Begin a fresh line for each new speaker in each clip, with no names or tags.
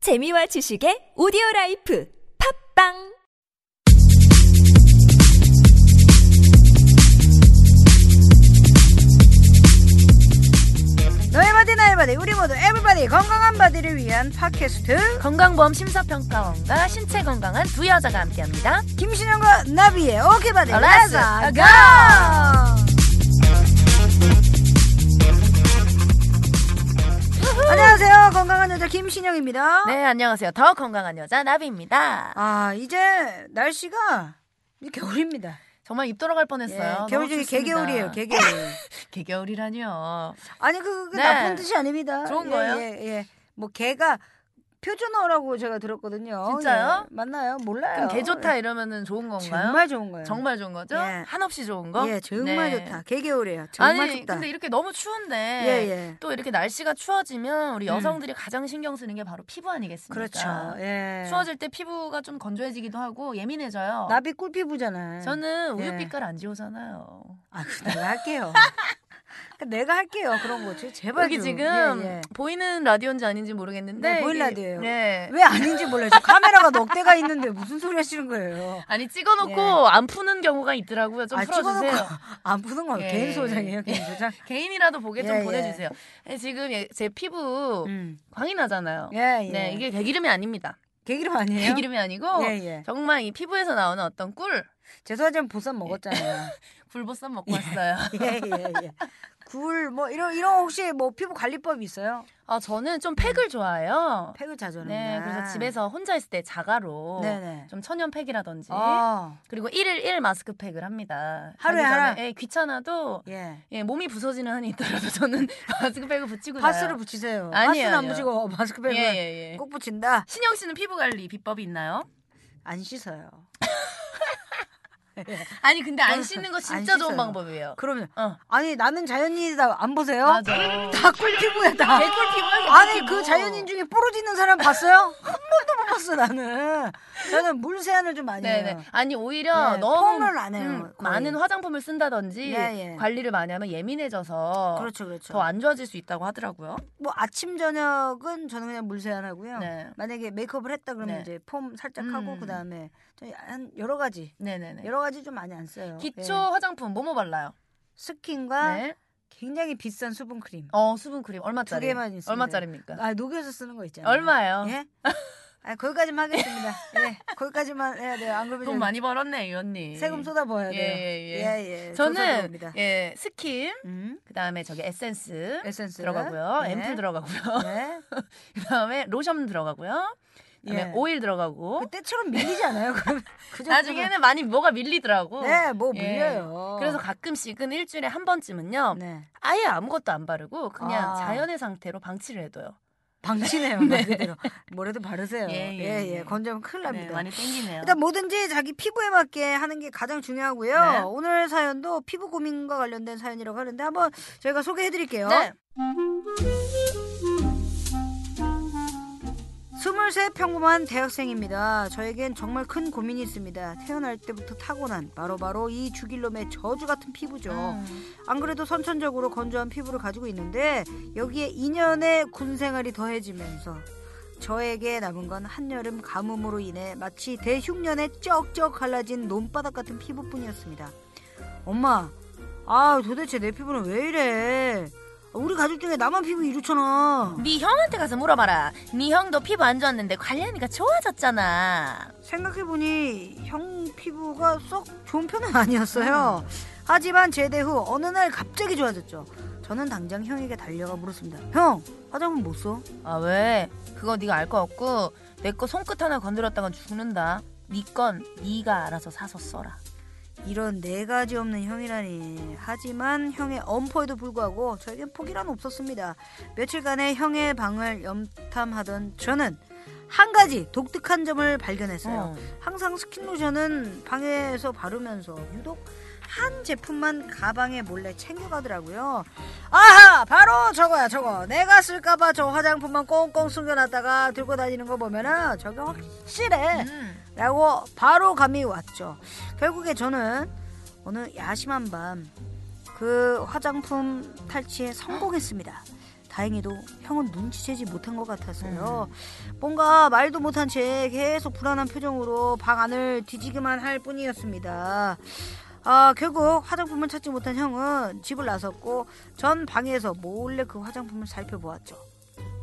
재미와 지식의 오디오 라이프 팝빵
너의 바디 나의 바디 우리 모두 에브바디 건강한 바디를 위한 팟캐스트
건강보험 심사평가원과 신체 건강한 두 여자가 함께합니다.
김신영과 나비의 오케이 바디
Let's
렛츠 고 안녕하세요 건강한 여자 김신영입니다
네, 안녕하세요. 더 건강한 여자 나비입니다.
아 이제 날씨가 이제 겨울입니다
정말 입 돌아갈
예,
뻔했어요. 너무
겨울 중에
춥습니다.
개겨울이에요 개겨울
개겨울이라뇨.
아니 그- 그게
네.
나쁜 뜻이 아닙니다
좋은
예,
거예요?
예, 예. 뭐 개가 표준어라고 제가 들었거든요
진짜요?
예, 맞나요 몰라요
그럼 개 좋다 이러면은 좋은 건가요?
어, 정말 좋은 거예요.
정말 좋은 거죠?
예.
한없이 좋은 거?
예, 정말
네.
좋다. 개개울이에요. 정말
아니
좋다.
근데 이렇게 너무 추운데
예, 예.
또 이렇게 날씨가 추워지면 우리 여성들이 가장 신경 쓰는 게 바로 피부 아니겠습니까?
그렇죠. 예.
추워질 때 피부가 좀 건조해지기도 하고 예민해져요.
나비 꿀피부잖아.
저는 우유
예.
빛깔 안 지우잖아요.
아, 그 내가 할게요. 그 내가 할게요. 그런 거지. 제발
여기
좀.
지금
예, 예.
보이는 라디오인지 아닌지 모르겠는데
네,
이게-
보이는 라디오예요.
네.
왜 아닌지 몰라요. 지금 카메라가 넉 대가 있는데 무슨 소리 하시는 거예요?
아니 찍어놓고
네.
안 푸는 경우가 있더라고요. 좀
아,
풀어주세요.
찍어놓고 안 푸는 거
예.
개인 소장이에요. 개인 소장.
개인이라도 보게
예,
좀
예.
보내주세요. 네, 지금 예, 제 피부
음.
광이 나잖아요.
예, 예.
네, 이게 개기름이 아닙니다.
개기름 아니에요?
개기름이 아니고
예, 예.
정말 이 피부에서 나오는 어떤 꿀
죄송하지만 보쌈 먹었잖아요.
굴보쌈 먹고 왔어요.
예, 예, 예. 굴, 뭐, 이런, 이런 혹시 뭐 피부 관리법 있어요?
아 저는 좀 팩을
음.
좋아해요.
팩을 자주 하는구나.
네, 그래서 집에서 혼자 있을 때 자가로
네네.
좀 천연 팩이라든지
아,
그리고 일일일 마스크팩을 합니다.
하루에
자기 전에,
하나?
예, 귀찮아도
예.
예, 몸이 부서지는 한이 있더라도 저는 마스크팩을 붙이고
파스를
자요.
붙이세요.
아니에요,
파스는 안
아니에요.
붙이고 마스크팩을
예, 예, 예.
꼭 붙인다.
신영 씨는 피부 관리 비법이 있나요?
안 씻어요.
아니 근데
저는
안 씻는
어,
거
안
진짜 좋은
씻어요.
방법이에요.
그러면
어.
아니 나는 자연인이다 안 보세요?
맞아.
다 꿀피부야 다.
개꿀 피부야, 개꿀
아니
피부.
그 자연인 중에 뽀로지는 사람 봤어요? 한 번도 못 봤어 나는. 저는 물 세안을 좀 많이
네네.
해요.
아니 오히려
네,
너무 음,
폼을 안 해요, 거의.
많은 화장품을 쓴다든지
예, 예.
관리를 많이 하면 예민해져서
그렇죠 그렇죠.
어. 더 안 좋아질 수 있다고 하더라고요.
뭐 아침 저녁은 저는 그냥 물 세안하고요.
네.
만약에 메이크업을 했다 그러면
네.
이제 폼 살짝
음.
하고 그 다음에 한 여러 가지
네네네.
여러 가지 좀 많이 안 써요.
기초
예. 아.
화장품 뭐뭐 발라요?
스킨과
네.
굉장히 비싼 수분 크림.
어 수분 크림 얼마짜리?
두 개만 있으면
얼마짜리입니까?
아 녹여서 쓰는 거 있잖아요.
그러니까. 얼마예요?
예? 아 거기까지만 하겠습니다. 예, 거기까지만 해야 돼요. 안 그러면
돈 많이 벌었네 이 언니.
저기 예. 세금 쏟아 부어야
예,
돼요.
예,
예,
저는
니다
예 스킨
음,
그다음에 저기 에센스
에센스
들어가고요.
예.
앰플 들어가고요.
네.
그다음에 로션 들어가고요. 그다음에
예.
오일 들어가고.
그때처럼 밀리지 않아요? 그럼 그 정도면.
나중에는 많이 뭐가 밀리더라고.
네뭐
예.
밀려요.
그래서 가끔씩은 일주일에 한 번쯤은요.
네
아예 아무것도 네, 안 바르고 그냥
아.
자연의 상태로 방치를 해둬요.
방치네요 말 그대로 뭐라도 바르세요.
예,
예예
예, 예.
건조하면 큰일 납니다.
네, 많이 땡기네요.
일단 뭐든지 자기 피부에 맞게 하는 게 가장 중요하고요.
네.
오늘 사연도 피부 고민과 관련된 사연이라고 하는데 한번 저희가 소개해드릴게요.
네.
23 평범한 대학생입니다. 저에겐 정말 큰 고민이 있습니다. 태어날 때부터 타고난 바로바로 이 주길놈의 저주 같은 피부죠.
음.
안 그래도 선천적으로 건조한 피부를 가지고 있는데 여기에 2년의 군 생활이 더해지면서 저에게 남은 건 한여름 가뭄으로 인해 마치 대흉년에 쩍쩍 갈라진 논바닥 같은 피부뿐이었습니다. 엄마, 아 도대체 내 피부는 왜 이래? 우리 가족 중에 나만 피부 이렇잖아.
네 형한테 가서 물어봐라. 네 형도 피부 안 좋았는데 관리하니까 좋아졌잖아.
생각해보니 형 피부가 썩 좋은 편은 아니었어요. 하지만 제대 후 어느 날 갑자기 좋아졌죠. 저는 당장 형에게 달려가 물었습니다. 형, 화장품 못 써?
아 왜? 그거 네가 알 거 없고 내 거 손끝 하나 건드렸다간 죽는다. 네 건 네가 알아서 사서 써라.
이런 네 가지 없는 형이라니. 하지만 형의 엄포에도 불구하고 저에겐 포기란 없었습니다. 며칠간의 형의 방을 염탐하던 저는 한 가지 독특한 점을 발견했어요.
어.
항상 스킨로션은 방에서 바르면서 유독 한 제품만 가방에 몰래 챙겨가더라고요. 아하, 바로 저거야, 저거. 내가 쓸까봐 저 화장품만 꽁꽁 숨겨놨다가 들고 다니는 거 보면은 저게 확실해.
음.
라고 바로 감이 왔죠. 결국에 저는 어느 야심한 밤 그 화장품 탈취에 성공했습니다. 다행히도 형은 눈치채지 못한 것 같아서요. 뭔가 말도 못한 채 계속 불안한 표정으로 방 안을 뒤지기만 할 뿐이었습니다. 아, 결국 화장품을 찾지 못한 형은 집을 나섰고 전 방에서 몰래 그 화장품을 살펴보았죠.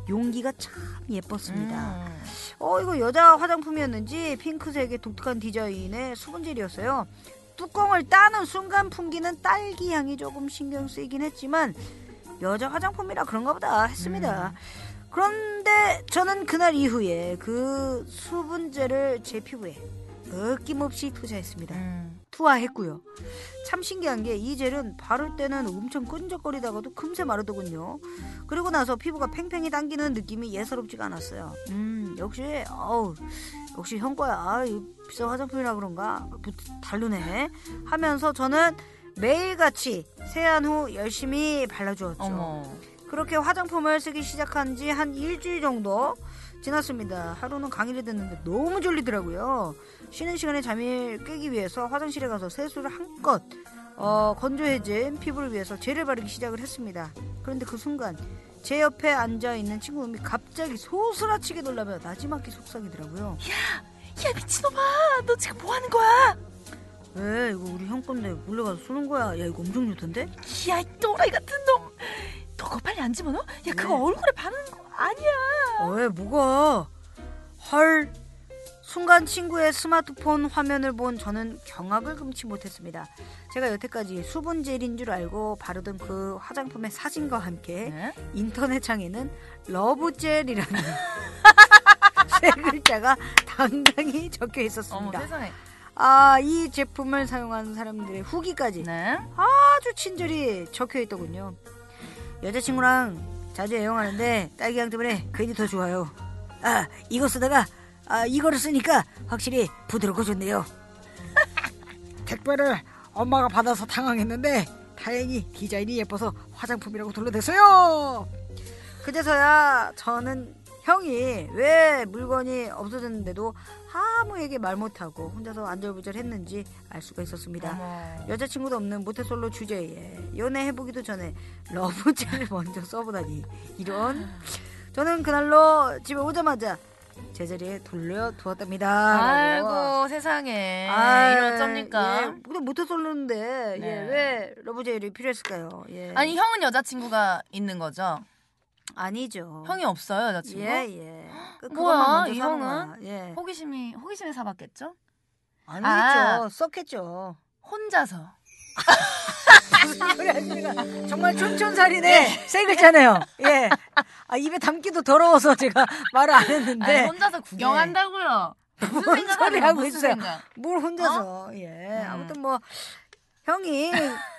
용기가 참 예뻤습니다.
음.
어, 이거 여자 화장품이었는지 핑크색의 독특한 디자인의 수분젤이었어요. 뚜껑을 따는 순간 풍기는 딸기 향이 조금 신경 쓰이긴 했지만 여자 화장품이라 그런가 보다 했습니다. 그런데 저는 그날 이후에 그 수분젤을 제 피부에 아낌없이 투자했습니다.
음.
투하했고요. 참 신기한 게 이 젤은 바를 때는 엄청 끈적거리다가도 금세 마르더군요. 그리고 나서 피부가 팽팽히 당기는 느낌이 예사롭지가 않았어요. 음, 역시 어우, 역시 형 거야. 아, 이 비싼 화장품이라 그런가? 부- 다르네. 하면서 저는 매일같이 세안 후 열심히 발라주었죠.
어머.
그렇게 화장품을 쓰기 시작한 지 한 일주일 정도 지났습니다. 하루는 강의를 듣는데 너무 졸리더라고요. 쉬는 시간에 잠이 깨기 위해서 화장실에 가서 세수를 한껏 어, 건조해진 피부를 위해서 젤을 바르기 시작을 했습니다. 그런데 그 순간 제 옆에 앉아 있는 친구 놈이 갑자기 소스라치게 놀라며 나지막히 속삭이더라고요.
야 미친놈아, 너 지금 뭐 하는 거야?
왜 이거 우리 형 건데 몰래 가서 쓰는 거야? 야 이거 엄청 좋던데?
야, 이 또라이 같은 놈. 너 그거 빨리 안 집어넣어? 야, 그거
네.
얼굴에 바르는 거 아니야.
어, 왜 뭐가? 헐. 순간 친구의 스마트폰 화면을 본 저는 경악을 금치 못했습니다. 제가 여태까지 수분젤인 줄 알고 바르던 그 화장품의 사진과 함께
네?
인터넷 창에는 러브젤이라는 세 글자가 당당히 적혀
어머
있었습니다.
세상에.
아, 이 제품을 사용한 사람들의 후기까지
네.
아주 친절히 적혀 있더군요. 여자친구랑 자주 애용하는데 딸기향 때문에 괜히 더 좋아요. 아 이거 쓰다가 아 이거를 쓰니까 확실히 부드럽고 좋네요. 택배를 엄마가 받아서 당황했는데 다행히 디자인이 예뻐서 화장품이라고 둘러댔어요. 그제서야 저는 형이 왜 물건이 없어졌는데도 아무에게 말 못하고 혼자서 안절부절했는지 알 수가 있었습니다.
어머.
여자친구도 없는 모태솔로 주제에 연애해보기도 전에 러브젤을 먼저 써보다니 이런 저는 그날로 집에 오자마자 제자리에 돌려두었답니다 라고요.
아이고 세상에.
아이,
이런 어쩝니까?
예, 근데 모태솔로인데
네.
예, 왜 러브젤이 필요했을까요 예.
아니 형은 여자친구가 있는 거죠?
아니죠
형이 없어요 여자친구?
예예 그,
뭐야,
그것만 먼저
이
사는
형은?
거야. 예.
호기심이 호기심에 사봤겠죠?
아니죠 썼겠죠
혼자서.
무슨 소리 하시는가. 정말 촌촌살이네. 세 글자네요. 예. 아, 입에 담기도 더러워서 제가 말을 안 했는데.
아니 혼자서 구경한다고요. 무슨
뭔
네. 생각하는
소리
거야,
하고
무슨
있어요.
생각?
뭘 혼자서.
어?
예.
음.
아무튼 뭐, 형이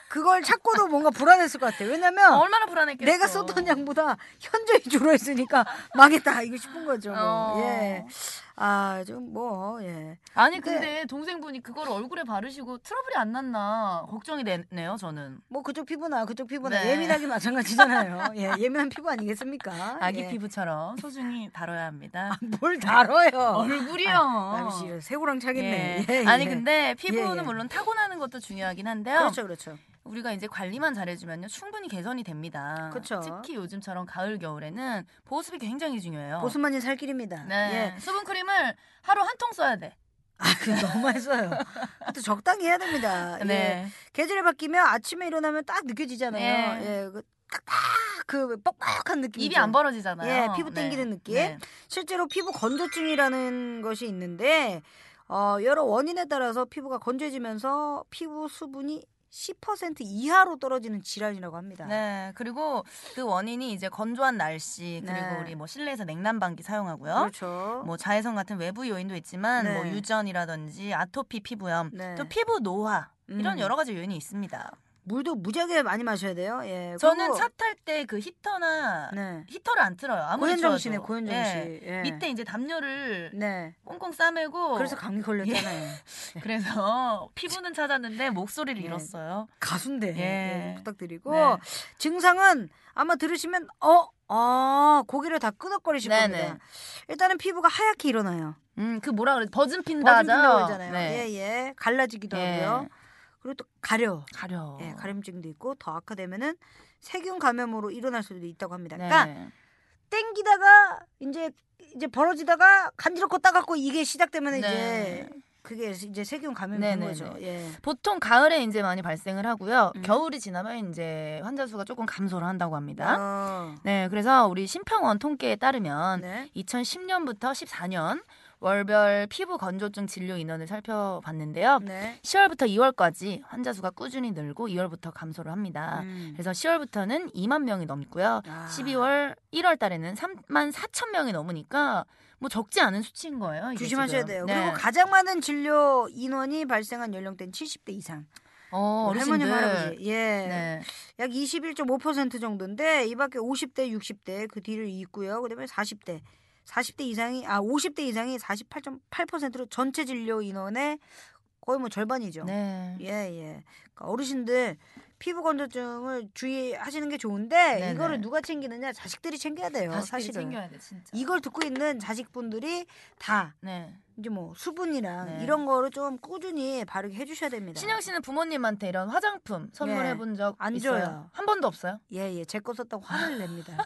그걸 찾고도 뭔가 불안했을 것 같아요. 왜냐면,
얼마나 불안했겠어.
내가 썼던 양보다 현저히 줄어있으니까 망했다. 이거 싶은 거죠.
어.
예. 아, 좀 뭐, 예.
아니 근데 동생분이 그걸 얼굴에 바르시고 트러블이 안 났나 걱정이 되네요 저는.
뭐 그쪽 피부나 그쪽 피부나
네.
예민하기 마찬가지잖아요. 예, 예민한 피부 아니겠습니까?
아기
예.
피부처럼 소중히 다뤄야 합니다.
뭘 다뤄요.
얼굴이요.
아, 어. 남씨 새우랑 차겠네.
예.
예,
아니
예.
근데 피부는
예.
물론 타고나는 것도 중요하긴 한데요.
그렇죠, 그렇죠.
우리가 이제 관리만 잘해주면요 충분히 개선이 됩니다.
그쵸.
특히 요즘처럼 가을 겨울에는 보습이 굉장히 중요해요.
보습만이 살 길입니다.
네.
예.
수분 크림을 하루 한 통 써야 돼.
아, 그 너무 했어요. 또 적당히 해야 됩니다. 예.
네.
계절이 바뀌면 아침에 일어나면 딱 느껴지잖아요.
예.
예. 그 딱딱 그 뻑뻑한 느낌.
입이 안 벌어지잖아요.
예, 피부
네.
땡기는 느낌.
네.
실제로 피부 건조증이라는 것이 있는데 어, 여러 원인에 따라서 피부가 건조해지면서 피부 수분이 10% 이하로 떨어지는 질환이라고 합니다.
네, 그리고 그 원인이 이제 건조한 날씨 그리고
네.
우리 뭐 실내에서 냉난방기 사용하고요.
그렇죠.
뭐 자외선 같은 외부 요인도 있지만
네.
뭐 유전이라든지 아토피 피부염
네.
또 피부 노화 이런
음.
여러 가지 요인이 있습니다.
물도 무지하게 많이 마셔야 돼요. 예.
저는
그리고-
차 탈 때 그 히터나
네.
히터를 안 틀어요. 아무리
고현정
좋아도.
씨네 고현정
예.
씨. 예.
밑에 이제 담요를
네.
꽁꽁 싸매고
그래서 감기 걸렸잖아요.
예. 그래서 피부는 찾았는데 목소리를
예.
잃었어요.
가수인데
예.
예, 부탁드리고
네.
증상은 아마 들으시면 어, 아, 고개를 다 끄덕거리실
네,
겁니다.
네.
일단은 피부가 하얗게 일어나요.
음, 그 뭐라 그래? 버진 핀다
버진다고
하잖아요.
그러잖아요.
네.
예, 예. 갈라지기도
예. 어.
하고요. 그리고 또 가려.
가려.
예, 가림증도 있고 더 악화되면은 세균 감염으로 일어날 수도 있다고 합니다.
네.
그러니까 땡기다가 이제 이제 벌어지다가 간지럽고 따갑고 이게 시작되면
네.
이제 그게 이제 세균 감염인
네, 네,
거죠. 예.
보통 가을에 이제 많이 발생을 하고요.
음.
겨울이 지나면 이제 환자 수가 조금 감소를 한다고 합니다.
어,
네, 그래서 우리 심평원 통계에 따르면
네.
2010년부터 14년 월별 피부 건조증 진료 인원을 살펴봤는데요.
네.
10월부터 2월까지 환자 수가 꾸준히 늘고 2월부터 감소를 합니다.
음.
아, 그래서 10월부터는 2만 명이 넘고요.
아.
12월, 1월 달에는 3만 4천 명이 넘으니까 뭐 적지 않은 수치인 거예요. 이게
조심하셔야
지금.
돼요.
네.
그리고 가장 많은 진료 인원이 발생한 연령대는 70대 이상.
어,
할머님,
어르신들.
할아버지. 예.
네.
약 21.5% 정도인데 이 밖에 50대, 60대 그 뒤를 잇고요. 그다음에 40대. 40대 이상이 아 50대 이상이 48.8%로 전체 진료 인원의 거의 뭐 절반이죠.
네.
예, 예. 그러니까 어르신들 피부 건조증을 주의하시는 게 좋은데
네.
이거를 누가 챙기느냐? 자식들이 챙겨야 돼요.
다시
사실은.
챙겨야 돼, 진짜.
이걸 듣고 있는 자식분들이 다
네.
이제 뭐 수분이랑
네.
이런 거를 좀 꾸준히 바르게 해 주셔야 됩니다.
신영 씨는 부모님한테 이런 화장품 선물해 본 적
예. 안
있어요?
줘요.
한 번도 없어요?
예, 예. 제 거 썼다고 화를 냅니다.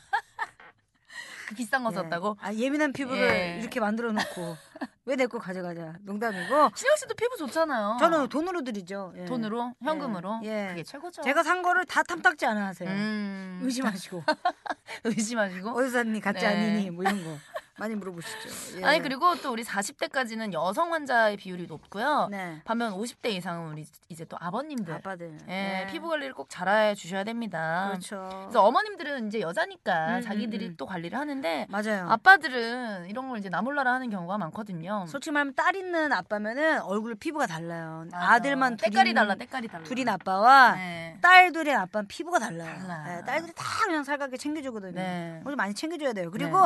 그 비싼 거
예.
썼다고?
아, 예민한 피부를
예.
이렇게 만들어 놓고 왜 내 거 가져가자. 농담이고.
신영 씨도 피부 좋잖아요.
저는 돈으로 드리죠. 예.
어. 돈으로 현금으로
예.
그게 최고죠.
제가 산 거를 다 탐탁지 않아 하세요.
음.
의심하시고
의심하시고
어디서 샀니 가짜
네.
아니니 뭐 이런 거 많이 물어보시죠. 예.
아니 그리고 또 우리 40대까지는 여성 환자의 비율이 높고요.
네.
반면 50대 이상은 우리 이제 또 아버님들
아빠들.
예,
네.
피부 관리를 꼭 잘해 주셔야 됩니다.
그렇죠.
그래서 어머님들은 이제 여자니까
음,
자기들이
음, 음.
또 관리를 하는데
맞아요.
아빠들은 이런 걸 이제 나몰라라 하는 경우가 많거든요.
솔직히 말하면 딸 있는 아빠면은 얼굴 피부가 달라요.
맞아.
아들만
때깔이 달라, 때깔이 달라.
둘인 아빠와
네.
딸 둘인 아빠는 피부가 달라요.
달라.
네, 딸들이 다 그냥 살갑게 챙겨주거든요.
네.
오늘 많이 챙겨줘야 돼요. 그리고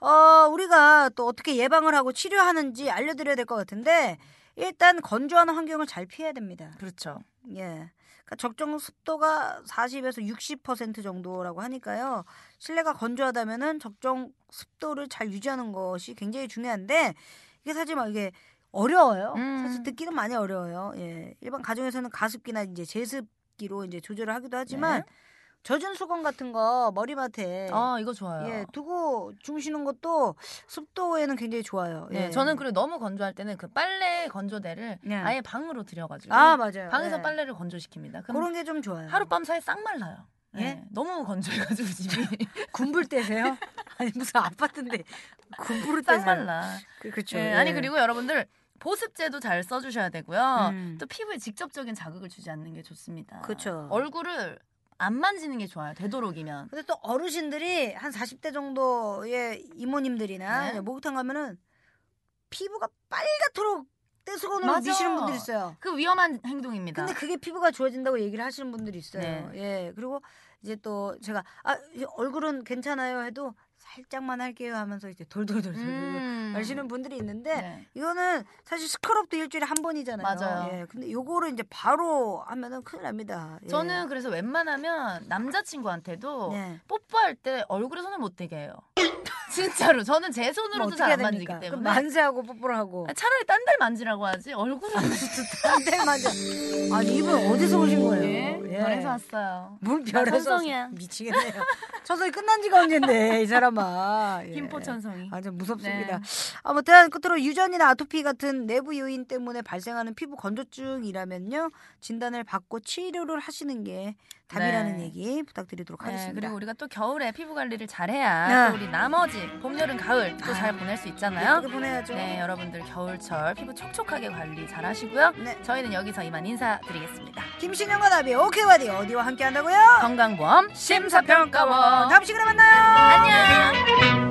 어, 우리가 또 어떻게 예방을 하고 치료하는지 알려드려야 될 것 같은데 일단 건조하는 환경을 잘 피해야 됩니다.
그렇죠.
예. 그러니까 적정 습도가 40에서 60% 정도라고 하니까요. 실내가 건조하다면은 적정 습도를 잘 유지하는 것이 굉장히 중요한데 이게 사실 막 이게 어려워요.
음.
사실 듣기는 많이 어려워요. 예. 일반 가정에서는 가습기나 이제 제습기로 이제 조절을 하기도 하지만
네.
젖은 수건 같은 거 머리맡에
아, 이거 좋아요.
예, 두고 주무시는 것도 습도에는 굉장히 좋아요.
네,
예.
저는 그리고 너무 건조할 때는 그 빨래 건조대를
네.
아예 방으로 들여가지고
아, 맞아요.
방에서
예.
빨래를 건조시킵니다. 그럼
그런 게 좀 좋아요.
하룻밤 사이 싹 말라요.
예? 아,
네, 너무 건조해가지고 집이
군불 때세요? 아니 무슨 아파트인데 군불을
싹
때세요?
말라.
그, 그렇죠. 예.
예, 아니 그리고 여러분들 보습제도 잘 써주셔야 되고요.
음.
또 피부에 직접적인 자극을 주지 않는 게 좋습니다.
그쵸.
얼굴을 안 만지는 게 좋아요. 되도록이면.
근데 또 어르신들이 한 40대 정도의 이모님들이나
네.
이제 목욕탕 가면은 피부가 빨갛도록 떼수건으로
맞아.
미시는 분들이 있어요.
그 위험한 행동입니다.
근데 그게 피부가 좋아진다고 얘기를 하시는 분들이
네.
있어요. 예. 그리고 이제 또 제가 아 이 얼굴은 괜찮아요 해도 살짝만 할게요 하면서 이제 돌돌돌돌 돌
음.
마시는 분들이 있는데
네.
이거는 사실 스크럽도 일주일에 한 번이잖아요.
맞아요.
예. 근데 요거를 이제 바로 하면은 큰일 납니다. 예.
저는 그래서 웬만하면 남자친구한테도
네.
뽀뽀할 때 얼굴에 손을 못 대게 해요. 진짜로 저는 제
그럼
손으로도
뭐 어떻게
잘
해야
안 만지기
됩니까? 그럼
때문에
만세하고 뽀뽀를 하고
아, 차라리 딴 데 만지라고 하지 얼굴은
안돼 맞아. 아니 이분 어디서 오신
예,
거예요?
별에서 왔어요.
문
나
별에서
천성이야.
미치겠네요. 천성이 끝난 지가 언젠데 이 사람아. 예.
김포 천성이.
완전 무섭습니다.
네.
아무튼 끝으로 유전이나 아토피 같은 내부 요인 때문에 발생하는 피부 건조증이라면요 진단을 받고 치료를 하시는 게 답이라는
네.
얘기 부탁드리도록
네,
하겠습니다.
그리고 우리가 또 겨울에 피부 관리를 잘해야
네.
또 우리 나머지 봄, 여름, 가을 또 잘
아,
보낼 수 있잖아요.
예쁘게 보내야죠.
네, 여러분들 겨울철 피부 촉촉하게 관리 잘 하시고요.
네.
저희는 여기서 이만 인사드리겠습니다.
김신영과 나비 오케이바디 어디와 함께 한다고요?
건강보험 심사평가원
다음 시간에 만나요.
뭐. 안녕.